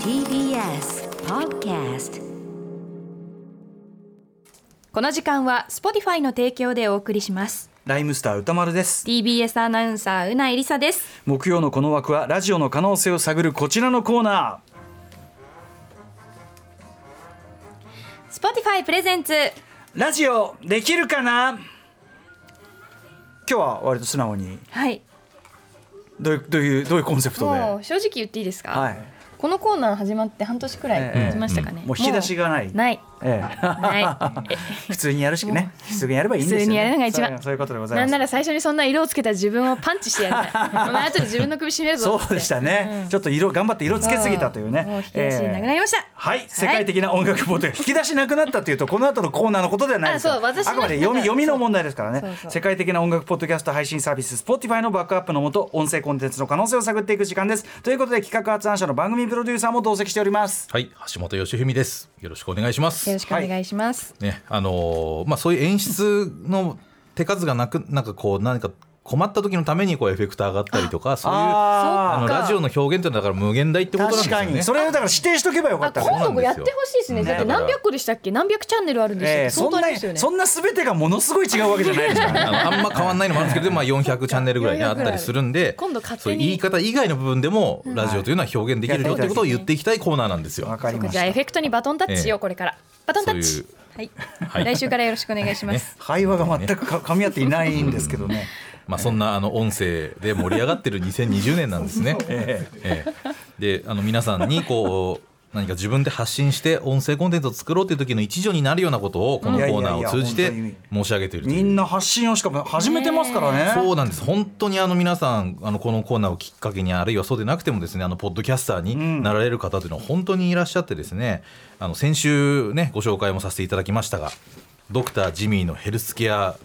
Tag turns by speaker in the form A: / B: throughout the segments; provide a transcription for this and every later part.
A: TBS Podcast
B: この時間は Spotify の提供でお送りします
C: ライムスター歌丸です
B: TBS アナウンサーうないりさです
C: 木曜のこの枠はラジオの可能性を探るこちらのコーナ
B: Spotify プレゼンツ
C: ーラジオできるかな今日は割と素直に
B: はい
C: どういうどういうどういうコンセプトで、
B: もう正直言っていいですか、
C: はい
B: このコーナー始まって半年くらい
C: ええ
B: 経ちましたかね、
C: もう引き出しがない
B: もう ない
C: え
B: な
C: え、普通にやるしかね普通にやればいいんですよ、ね、
B: 普通にやるのが一番
C: そうそういうことでござい
B: な
C: ます
B: んなら最初にそんな色をつけた自分をパンチしてやる お前後で自分の首絞めるぞ
C: そ
B: って
C: うでしたね、ちょっと色頑張って色つけすぎたというね
B: もう引き出しなくな
C: ええ
B: りました、
C: はい、世界的な音楽ポートが引き出しなくなったというとこの後のコーナーのことではないですから
B: あそう私の
C: あくまで読
B: なんか
C: み読みの問題ですからね
B: そうそう
C: 世界的な音楽ポッドキャスト配信サービス Spotify のバックアップのもと音声コンテンツの可能性を探っていく時間ですということで企画発案者の番組プロデューサーも同席しております
D: はい、橋本義文です。よろしくお願いしま
B: よろ
D: す。
B: しくお願いします、
D: ね、あのーまあ、そういう演出の手数がなく、なんかこう、何か困った時のために、こうエフェクターがあったりとか、そういう。あ
C: あ
D: の
B: そっか
D: ラジオの表現というのはだから無限大ってことなんです
C: 確
D: よ
C: か
D: ね。
C: にそれをだから指定しとけばよか
B: あ
C: った
D: そう
C: ね
D: なんです
B: 今
D: よ
B: 度やってほしいですねだって何百個でしたっけ何百チャンネルあるん
C: ええ
B: ですよ
C: そん
B: 相当あ
C: な
B: りますよね
C: そんな全てがものすごい違うわけじゃないですからね
D: あのあんま変わんないのもあるんですけど、まあ、400チャンネルぐらいねあったりするんで
B: 今度勝
D: そ
B: 手
D: う
B: に
D: いう言い方以外の部分でもラジオというのは表現できるよってことを言っていきたいコーナーなんですよ。
C: わかりまし
B: じゃあエ
C: た
B: フェクトにバトンタッチ
D: え
B: よ
D: え
B: これからバトンタッチ
D: そういう
B: はい、
D: はい
B: 来週からよろしくお願いします、
C: 会話が全くか噛み合っていないんですけどね
D: まあ、そんなあの音声で盛り上がってる2020年なんですね。ええであの皆さんにこう何か自分で発信して音声コンテンツを作ろうという時の一助になるようなことをこの
C: いやいや
D: コー
C: いや
D: ナーを通じて
C: 本
D: 申し上げているという
C: みんな発信をしかも始めてますからね
D: そうなんです本当にあの皆さんあのこのコーナーをきっかけにあるいはそうでなくてもですねあのポッドキャスターになられる方というのは本当にいらっしゃってですねあの先週ねご紹介もさせていただきましたがドクタージミーのヘルスケア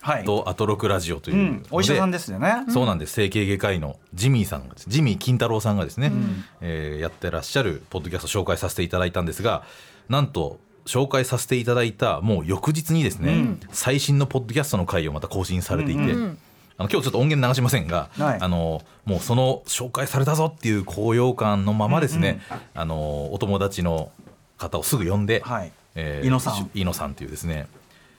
C: はい
D: とアトロクラジオといううの
C: ん、
D: で、
C: お医者さんですよね。
D: そうなんです整形外科医のジミーさんがですジミー金太郎さんがですね、えーやってらっしゃるポッドキャストを紹介させていただいたんですがなんと紹介させていただいたもう翌日にですね、最新のポッドキャストの回をまた更新されていて。あの今日ちょっと音源流しませんが、
C: はい
D: あのもうその紹介されたぞっていう高揚感のままですね、あのお友達の方をすぐ呼んで、
C: はい
D: え
C: 猪野さん
D: 猪野さんというですね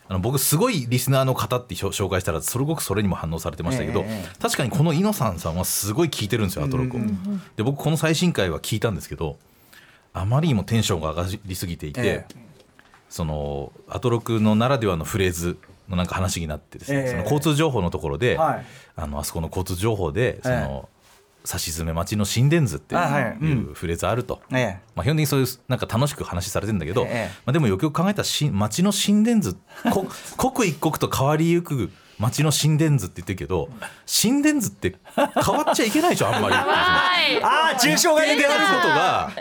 D: あの僕すごいリスナーの方って紹紹介したらすごくそれにも反応されてましたけど、
C: えええ
D: 確かにこの猪野さんさんはすごい聞いてるんですよアトロクを。で僕この最新回は聞いたんですけどあまりにもテンションが上がりすぎていて、
C: え
D: そのアトロクのならではのフレーズのなんか話になってですね、
C: ええ
D: その交通情報のところで、
C: はい
D: あのあそこの交通情報でその、差し詰め待ちの心電図って
C: あはい
D: いううフレーズあると。
C: え
D: まあ、基本的にそういうなんか楽しく話されてんだけど、
C: ええ
D: まあ、でもよくよく考えたらし町の心電図こ 刻一刻と変わりゆく町の心電図って言ってるけど心電図って変わっちゃいけないでしょあんまり。
B: はい
C: えああ、重症が
D: 一
C: 出て
D: 定で
C: る
D: あることが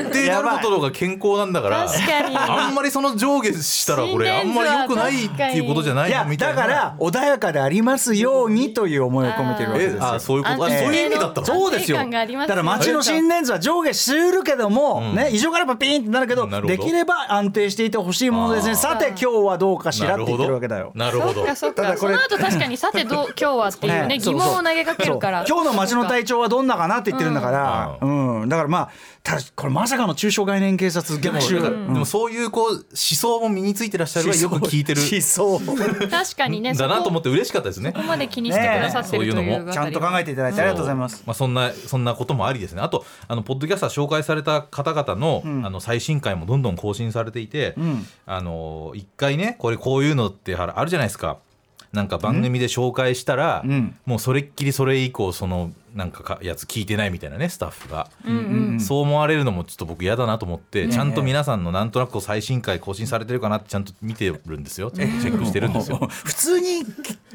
D: 一定であることの方が健康なんだから
B: 確かに
D: あんまりその上下したらこれあんまり良くないっていうことじゃない
C: いや
D: のみ、た
C: だ
D: いな。
C: から、穏やかでありますようにという思いを込めてるわけです
D: え
C: よ。
D: あそういうことあ
C: 安定
D: そ
C: の
D: ういう意味だったの
C: そうですよ。
B: 安定感があります
C: だ
B: よ
C: から、町の心電図は上下するけども、
D: ん
C: ね、異常があればピーンってなるけど、
D: なるほ
C: で
D: ど
C: きれば安定していてほしいものですね。
D: あー
C: さて、今日はどうかしら
D: な
C: って言
D: るほ
C: ってる
D: ど
C: わけだよ。
D: なるほ
B: そ
D: ど
B: っかそっ
C: だ
B: か
C: こ
B: そ
C: れ
B: の後確かにさてどう今日はっていうね
C: ねそ
B: 疑
C: うそう
B: 問を投げかけるから
C: 今日の街の体調はどんなかなって言ってるんだから、
D: う
C: うん、だからまあ、ただこれまさかの中小概念警察
D: でも
C: 逆襲。
D: だからでもそういうこう思想も身についてらっしゃるからよく聞いてる
C: 思想。
B: 確かにね
D: だなと思
B: っ
D: って嬉しかったですね
B: こ。こまで気にしてくださってると
D: ねそう
B: い
D: いう
B: う
D: のも
C: ちゃんと考えていただいてありがとうございます。
D: まあ、そんなそんなこともありですねあとあのポッドキャスター紹介された方々の,、あの最新回もどんどん更新されていて、
C: ん
D: あの一回ねこれこういうのってあるあるじゃないですかなんか番組で紹介したら、
C: うん
D: もうそれっきりそれ以降そのなんかかやつ聞いてないみたいなねスタッフが、
C: うん
D: そう思われるのもちょっと僕嫌だなと思って、ちゃんと皆さんのなんとなくこう最新回更新されてるかなってちゃんと見てるんですよ、チェックしてるんですよ。
C: 普通に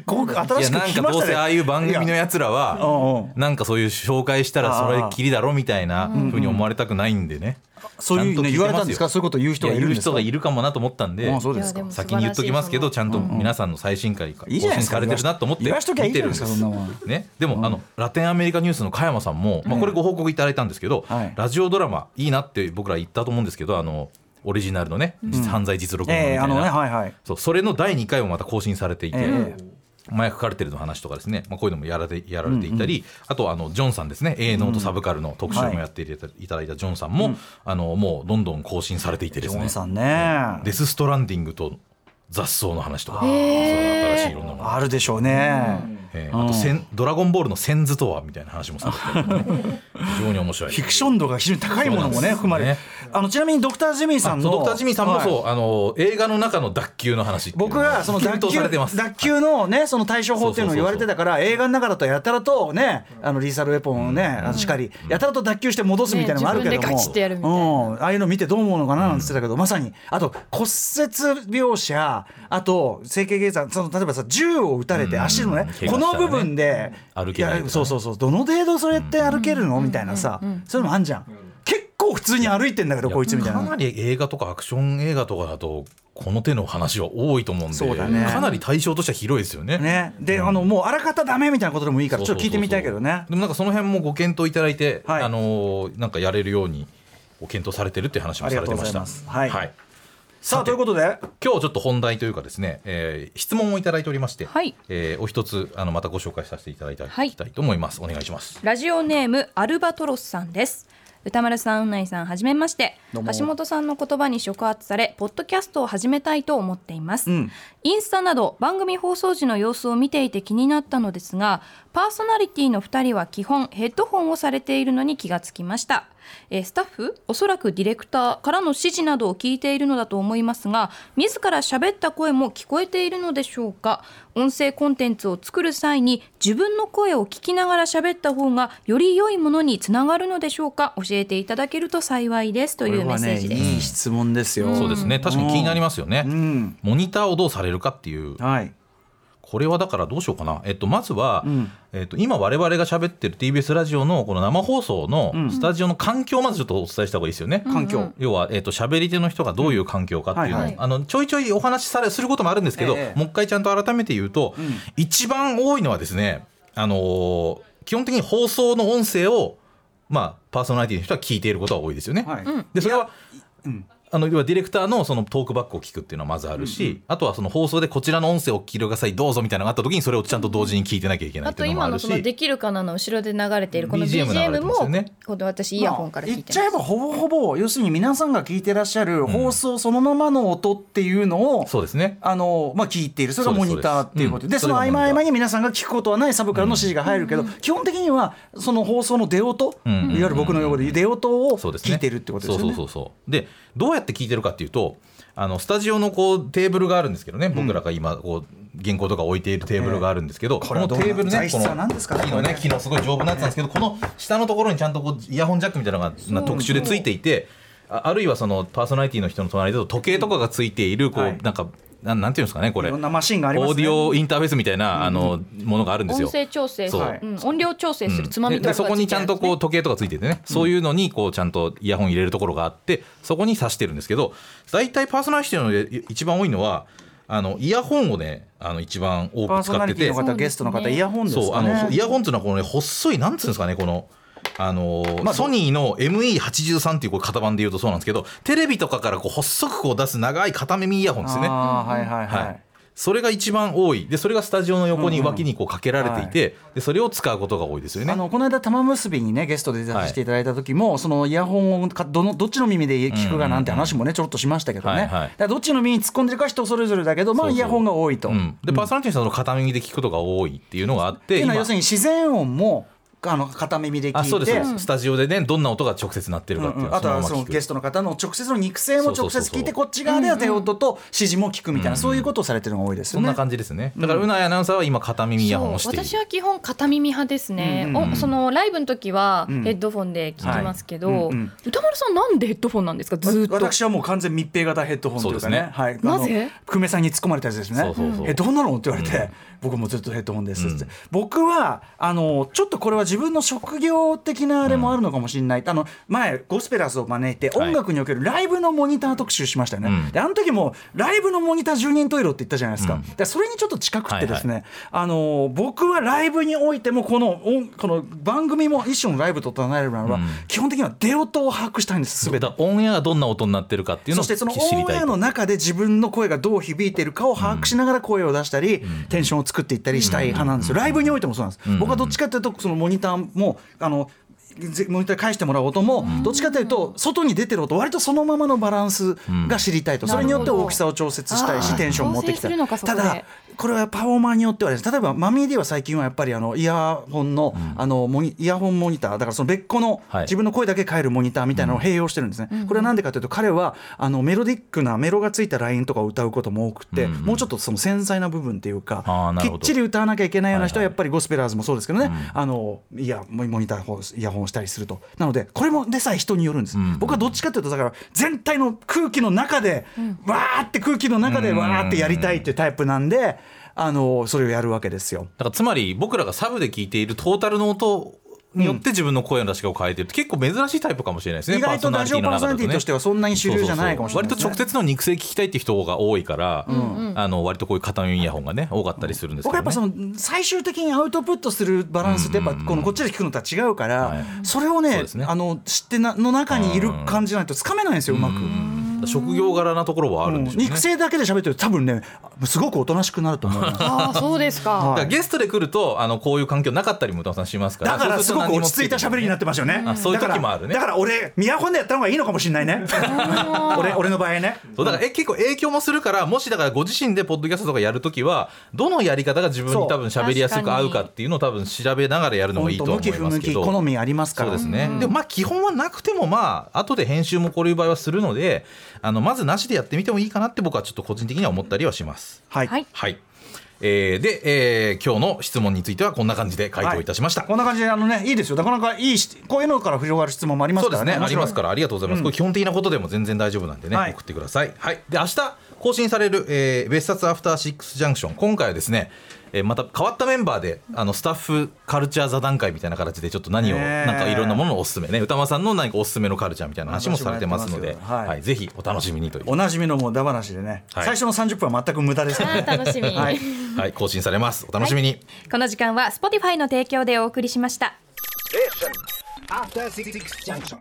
C: 今回
D: い
C: 新
D: や
C: しく
D: なん
C: 聞き
D: か
C: まし
D: どう
C: たね
D: せああいう番組のやつらは
C: うんうん
D: なんかそういう紹介したらそれっきりだろみたいなふうに思われたくないんでね。
C: そういうの言われたんですかそういうこと言う
D: 人
C: 人
D: が
C: がい
D: い
C: るん
D: る
C: です
D: 人
C: か
D: がいるかもなと思ったんで
C: あそうで
B: い
C: す
B: やで
C: か
B: も
D: 先に言っときますけどちゃんと皆さんの最新回が更
C: いいじゃない
D: 新
C: ですか
D: されてるなと思って
C: 言
D: 見
C: わしときゃいいじ
D: て
C: ゃな
D: る
C: い
D: ん
C: で
D: ですす
C: かそんなもん。
D: ね、でも、あのラテンアメリカニュースの加山さんも、まあ、これご報告いただいたんですけど、
C: はい
D: ラジオドラマいいなって僕ら言ったと思うんですけどあのオリジナルのね、実犯罪実録のみた
C: え
D: い
C: え
D: な、
C: あのねはいはい。
D: そうそれの第2回もまた更新されていて、
C: ええ
D: 麻薬カルテルの話とかですね、まあ、こういうのもやられやられていたり、あとはあのジョンさんですね営農とサブカルの特集もやっていたいただいたジョンさんも、あのもうどんどん更新されていてです
C: ジョ
D: ね
C: ンさんね
D: デス・ストランディングと雑草の話とか
C: あ
D: そ
C: ー
D: れ新しいいろんなもの、
C: あるでしょうね、
D: えーあとせん「ドラゴンボール」の「先図とは」みたいな話もされてたりとか ね非常に面白い
C: フィクション度が非常に高いものも
D: そうなんです
C: ね
D: よね
C: 含まれるあのちなみにドクター・ジミーさんの
D: そうドクター・ジミーさんもそう、
C: はい
D: あの映画の中の脱臼の話っていうの
C: 僕がその脱
D: 検討されてます
C: 臼脱臼のねその対処法っていうのを言われてたから映画の中だとやたらとねあのリーサルウェポンをねあのしかりやたらと脱臼して戻すみたいなのもあるけど
B: ね自分でガチってやるみたいな
C: もうんああいうの見てどう思うのかななんて言ってたけどまさにあと骨折描写あと整形外科その例えばさ銃を撃たれて
D: うん
C: 足のね
D: 怪我したらね
C: この部分で
D: 歩けないとかね
C: やそうそうそうどの程度それって歩けるのみたいなさそういうのもあんじゃん結構普通に歩いてんだけどこいつみたい
D: かな
C: な。
D: り映画とかアクション映画とかだとこの手の話は多いと思うんで
C: そうだね
D: かなり対象としては広いですよね。
C: ね、で、あのもうあらかたダメみたいなことでもいいからちょっと聞いてみたいけどね。
D: でもなんかその辺もご検討いただいて、
C: はい
D: あのーなんかやれるようにご検討されてるっていう話もさ
C: あ
D: れてました
C: りがとうございますはい
D: はい、
C: さあということで
D: 今日ちょっと本題というかですね、えー質問をいただいておりまして、
B: はい
D: えーお一つあのまたご紹介させていただいた
B: はい
D: いきたいと思います、お願いします
B: ラジオネームアルバトロスさんです歌丸さん、うないさん、はじめまして
C: どうも
B: 橋本さんの言葉に触発されポッドキャストを始めたいと思っています、
C: ん
B: インスタなど番組放送時の様子を見ていて気になったのですがパーソナリティの2人は基本ヘッドホンをされているのに気がつきました、えースタッフおそらくディレクターからの指示などを聞いているのだと思いますが自ら喋った声も聞こえているのでしょうか音声コンテンツを作る際に自分の声を聞きながら喋った方がより良いものにつながるのでしょうか教えていただけると幸いですというメッセージです、
C: いい質問ですよ。
D: そうですね確かに気になりますよね、
C: うん、
D: モニターをどうされるかっていう
C: はい、
D: これはだからどうしようかな、えっと、まずは、
C: ん
D: えっと、今我々が喋ってる TBS ラジオのこの生放送のスタジオの環境をまずちょっとお伝えした方がいいですよね。
C: 環境、
D: 要は、えっと喋り手の人がどういう環境かっていうのを、
C: うんはい
D: あのちょいちょいお話しされすることもあるんですけど、
C: ええ
D: もう一回ちゃんと改めて言うと、
C: ん
D: 一番多いのはですね、あのー基本的に放送の音声を、まあ、パーソナリティの人は聞いていることは多いですよね。
C: はい、
D: でそれはあの要はディレクターのそのトークバックを聞くっていうのはまずあるし、あとはその放送でこちらの音声をお聞きくださいどうぞみたいなのがあった時にそれをちゃんと同時に聞いてなきゃいけない
B: あ
D: って
B: と
D: いうのもあ
B: 今
D: る
B: の
D: し
B: そのできるかなの後ろで流れているこの
D: BGM 流れて
B: BGM
D: ますよ
B: も
D: ね
B: この私イヤホンから聞い
C: まあ
B: て
C: 言っちゃ
B: ま
C: えばほぼほぼ要するに皆さんが聞いてらっしゃる放送そのままの音っていうのを、
D: そうですね
C: あのまあ聞いているそれがモニターっていうことでそ
D: そうですそうですうん
C: の
D: それ
C: 合
D: が
C: 間
D: モニター
C: 合間に皆さんが聞くことはないサブからの指示が入るけど、基本的にはその放送の出音、
D: うん
C: いわゆる僕の用語で出音を
D: そうですね
C: 聞いてるってことですよね。
D: そうそうそうそうでどうやって聞いてるかっていうとあのスタジオのこうテーブルがあるんですけどね、僕らが今こう原稿とか置いているテーブルがあるんですけど、
C: これはどう
D: のテーブルね
C: 材質
D: こ
C: は
D: の
C: 何ですかね
D: 木の
C: これ
D: ね
C: ね
D: 木のすごい丈夫なやつなんですけど、この下のところにちゃんとこうイヤホンジャックみたいなのがな特殊でついていてああるいはそのパーソナリティの人の隣だと時計とかがついているこう、
C: はい
D: なんかなんなんていうんですかねこれ
C: いろんな
D: オ
C: マシンがあります
D: ー
C: ね。
D: ディオインターフェースみたいな、あのものがあるんです
B: す
D: よ。
B: 音声調整する、
D: そう
B: うん音量調整するつまみ
D: で
B: とか
D: でそこにちゃんとこう時計とかついててね、そういうのにこうちゃんとイヤホン入れるところがあってそこに挿してるんですけど大体パーソナリティのい一番多いのはあのイヤホンをねあの一番多
C: パー
D: く
C: ソ
D: 使
C: ナ
D: って
C: リティ
D: て
C: の方、ゲストの方、イヤホンですかね。
D: そうあのイヤホンっていうのはこの、ね、細いなんつうんですかねこの。あのー
C: まあ
D: ソニーの ME83 っていうこう型番で言うとそうなんですけどテレビとかからこう細くこう出す長い片耳イヤホンですよね。
C: あーはいはいはい。
D: はい、それが一番多いでそれがスタジオの横に脇にこうかけられていて、でそれを使うことが多いですよね。
C: あのこの間玉結びにねゲストで出させていただいた時も、そのイヤホンをかどのどっちの耳で聞くかなんて話もねちょろっとしましたけどね、
D: はいは
C: だ
D: い
C: からどっちの耳に突っ込んでるかは人それぞれだけどまあ
D: そうそう
C: イヤホンが多いと。
D: うん、でパーソナリティの人の片耳で聞くことが多いっていうのがあっ
C: って
D: て
C: いうのは
D: 今
C: 要するに自然音もあの片耳で
D: あそう
C: 聞い
D: です
C: て
D: そうですスタジオでねどんな音が直接鳴ってるかっていうの
C: あ
D: は
C: と
D: の
C: は
D: まま
C: その
D: 聞
C: ゲス
D: く。
C: トの方の直接の肉声も直
D: そうそ
C: 接
D: うそうそう
C: 聞いてこっち側では手音と指示も聞くみたいなそういうことをされてるのが多いです
D: そ
C: よ
D: ん
C: ね。
D: な感じですね。だからうなやアナウンサーは今片耳イヤホンをしている。
B: 私は基本片耳派ですね、
C: うんうんうん
B: おそのライブの時は
C: うん
B: ヘッドフォンで聞きますけど、
C: はいうんうん
B: 歌丸さんなんでヘッドフォンなんですかずーっと
C: 私はもう完全密閉型ヘッドホンというかね
D: そうですね
C: はい、
B: なぜ
C: あの久米さんに突っ込まれたやつですね
D: そうそうそう
C: えどうなのって言われて、僕もずっとヘッドホンですって、僕はあのちょっとこれは自分の職業的なあれもあるのかもしれない、あの前ゴスペラーズを招いて
D: はい
C: 音楽におけるライブのモニター特集しましたよね、
D: うん
C: であの時もライブのモニター10人トイレって言ったじゃないですか,、
D: うん
C: だからそれにちょっと近くってですね、
D: は
C: あのー僕はライブにおいてもこの音この番組も一種のライブと唱えるならば、
D: うん
C: 基本的には出音を把握したいんですすべて
D: だ。からオンエアがどんな音になってるかっていうの
C: そ
D: を
C: してその
D: 知り
C: オン
D: た
C: エ
D: い
C: アの
D: と
C: 中で自分の声がどう響いてるかを把握しながら声を出したり、テンションを作っていったりしたい派なんですよ、ライブにおいてもそうなんです、
D: うん
C: 僕はどっちかというとそのモニターもあのぜモニター返してもらう音も、どっちかというと外に出てる音割とそのままのバランスが知りたいと、
B: うん
C: それによって大きさを調節したい
B: なるほ
C: し
B: ど
C: テンションを持ってきたい
B: あー調整する
C: た
B: のかそこ
C: だ
B: で
C: これはパフォーマーによってはですね例えばマミー D は最近はやっぱりあのイヤホンの,、あのモニイヤホンモニターだからその別個の
D: はい
C: 自分の声だけ変えるモニターみたいなのを併用してるんですね、これは何でかというと彼はあのメロディックなメロがついたラインとかを歌うことも多くて、
D: うんうん
C: もうちょっとその繊細な部分っていうか
D: あーな
C: き
D: るほ
C: っ
D: ど
C: ちり歌わなきゃいけないような人は
D: はい
C: や
D: はい
C: っぱりゴスペラーズもそうですけどね、
D: うん
C: あのいやモニターをイヤホンをしたりするとなのでこれもでさえ人によるんです、
D: うん
C: 僕はどっちかというとだから全体の空気の中で、わーって空気の中で
D: うん
C: わーってやりたいっていうタイプなんで、あのそれをやるわけですよ。
D: だからつまり僕らがサブで聞いているトータルの音によって自分の声の出し方を変えてるって結構珍しいタイプかもしれないですね
C: 意外とラジオパーソナリティとしてはそんなに主流じゃないかもしれないですね
D: 割と直接の肉声聞きたいっていう人が多いから、あの割とこういう片耳イヤホンがね多かったりするんですけ
C: 僕
D: ど、
C: は
D: ね
C: やっぱその最終的にアウトプットするバランスってやっぱこのこっちで聞くのとは違うから、
D: はい
C: それをね
D: そうですね
C: あの知ってなの中にいる感じないとつかめないんですようまく。
D: 職業柄なところはあるんでしょうね、
C: 肉声だけで喋ってると多分ねすごくおとなしくなると思います。
B: ああそうですか、
C: は
D: だからゲストで来るとあのこういう環境なかったりも歌さんしますから
C: だから
D: そう
C: す
D: ると
C: ごく落ち着いた喋りになってますよね。
D: あそういう時もあるね
C: だからだから俺宮本でやった方がいいのかもしれない ね。俺俺の場合ね。
D: そうだからえ結構影響もするからもしだからご自身でポッドキャストとかやるときはどのやり方が自分
C: そう
D: に多分喋りやす
B: 確
D: く
B: かに
D: 合うかっていうのを多分調べながらやるのがいいとは
C: 向
D: 思
C: き
D: い
C: 不
D: ま
C: 向
D: すけ
C: き
D: ど
C: 好みありますか
D: そ
C: ら。
D: うですね、でもまあ基本はなくてもまあ後で編集もこういう場合はするのであのまずなしでやってみてもいいかなって僕はちょっと個人的には思ったりはします。
C: はい。
B: はい
D: はいえーで、えー今日の質問についてはこんな感じで回答いたしました。
C: こんな感じであのねいいですよ。なかなかいいしこういうのから広がる質問もあります
D: そう
C: から
D: です
C: ね。
D: ねありますからありがとうございます、これ基本的なことでも全然大丈夫なんでね、
C: はい
D: 送ってください、はい、で明日更新される、えー別冊アフターシックスジャンクション」今回はですね、えーまた変わったメンバーであのスタッフカルチャー座談会みたいな形でちょっと何を、
C: ねえ
D: なんかいろんなもののおすすめね歌間さんの何かおすすめのカルチャーみたいな話もされてますの
C: 私もやっ
D: で
C: てますよはい
D: はい、ぜひお楽しみにという
C: おなじみのもうダ話でね、
D: は
C: 最
D: い
C: 初の30分は全く無駄ですからね。
B: 楽しみ、
C: はい
D: はい、更新されますお楽しみに、
B: この時間は Spotify の提供でお送りしました
E: After Six Junction.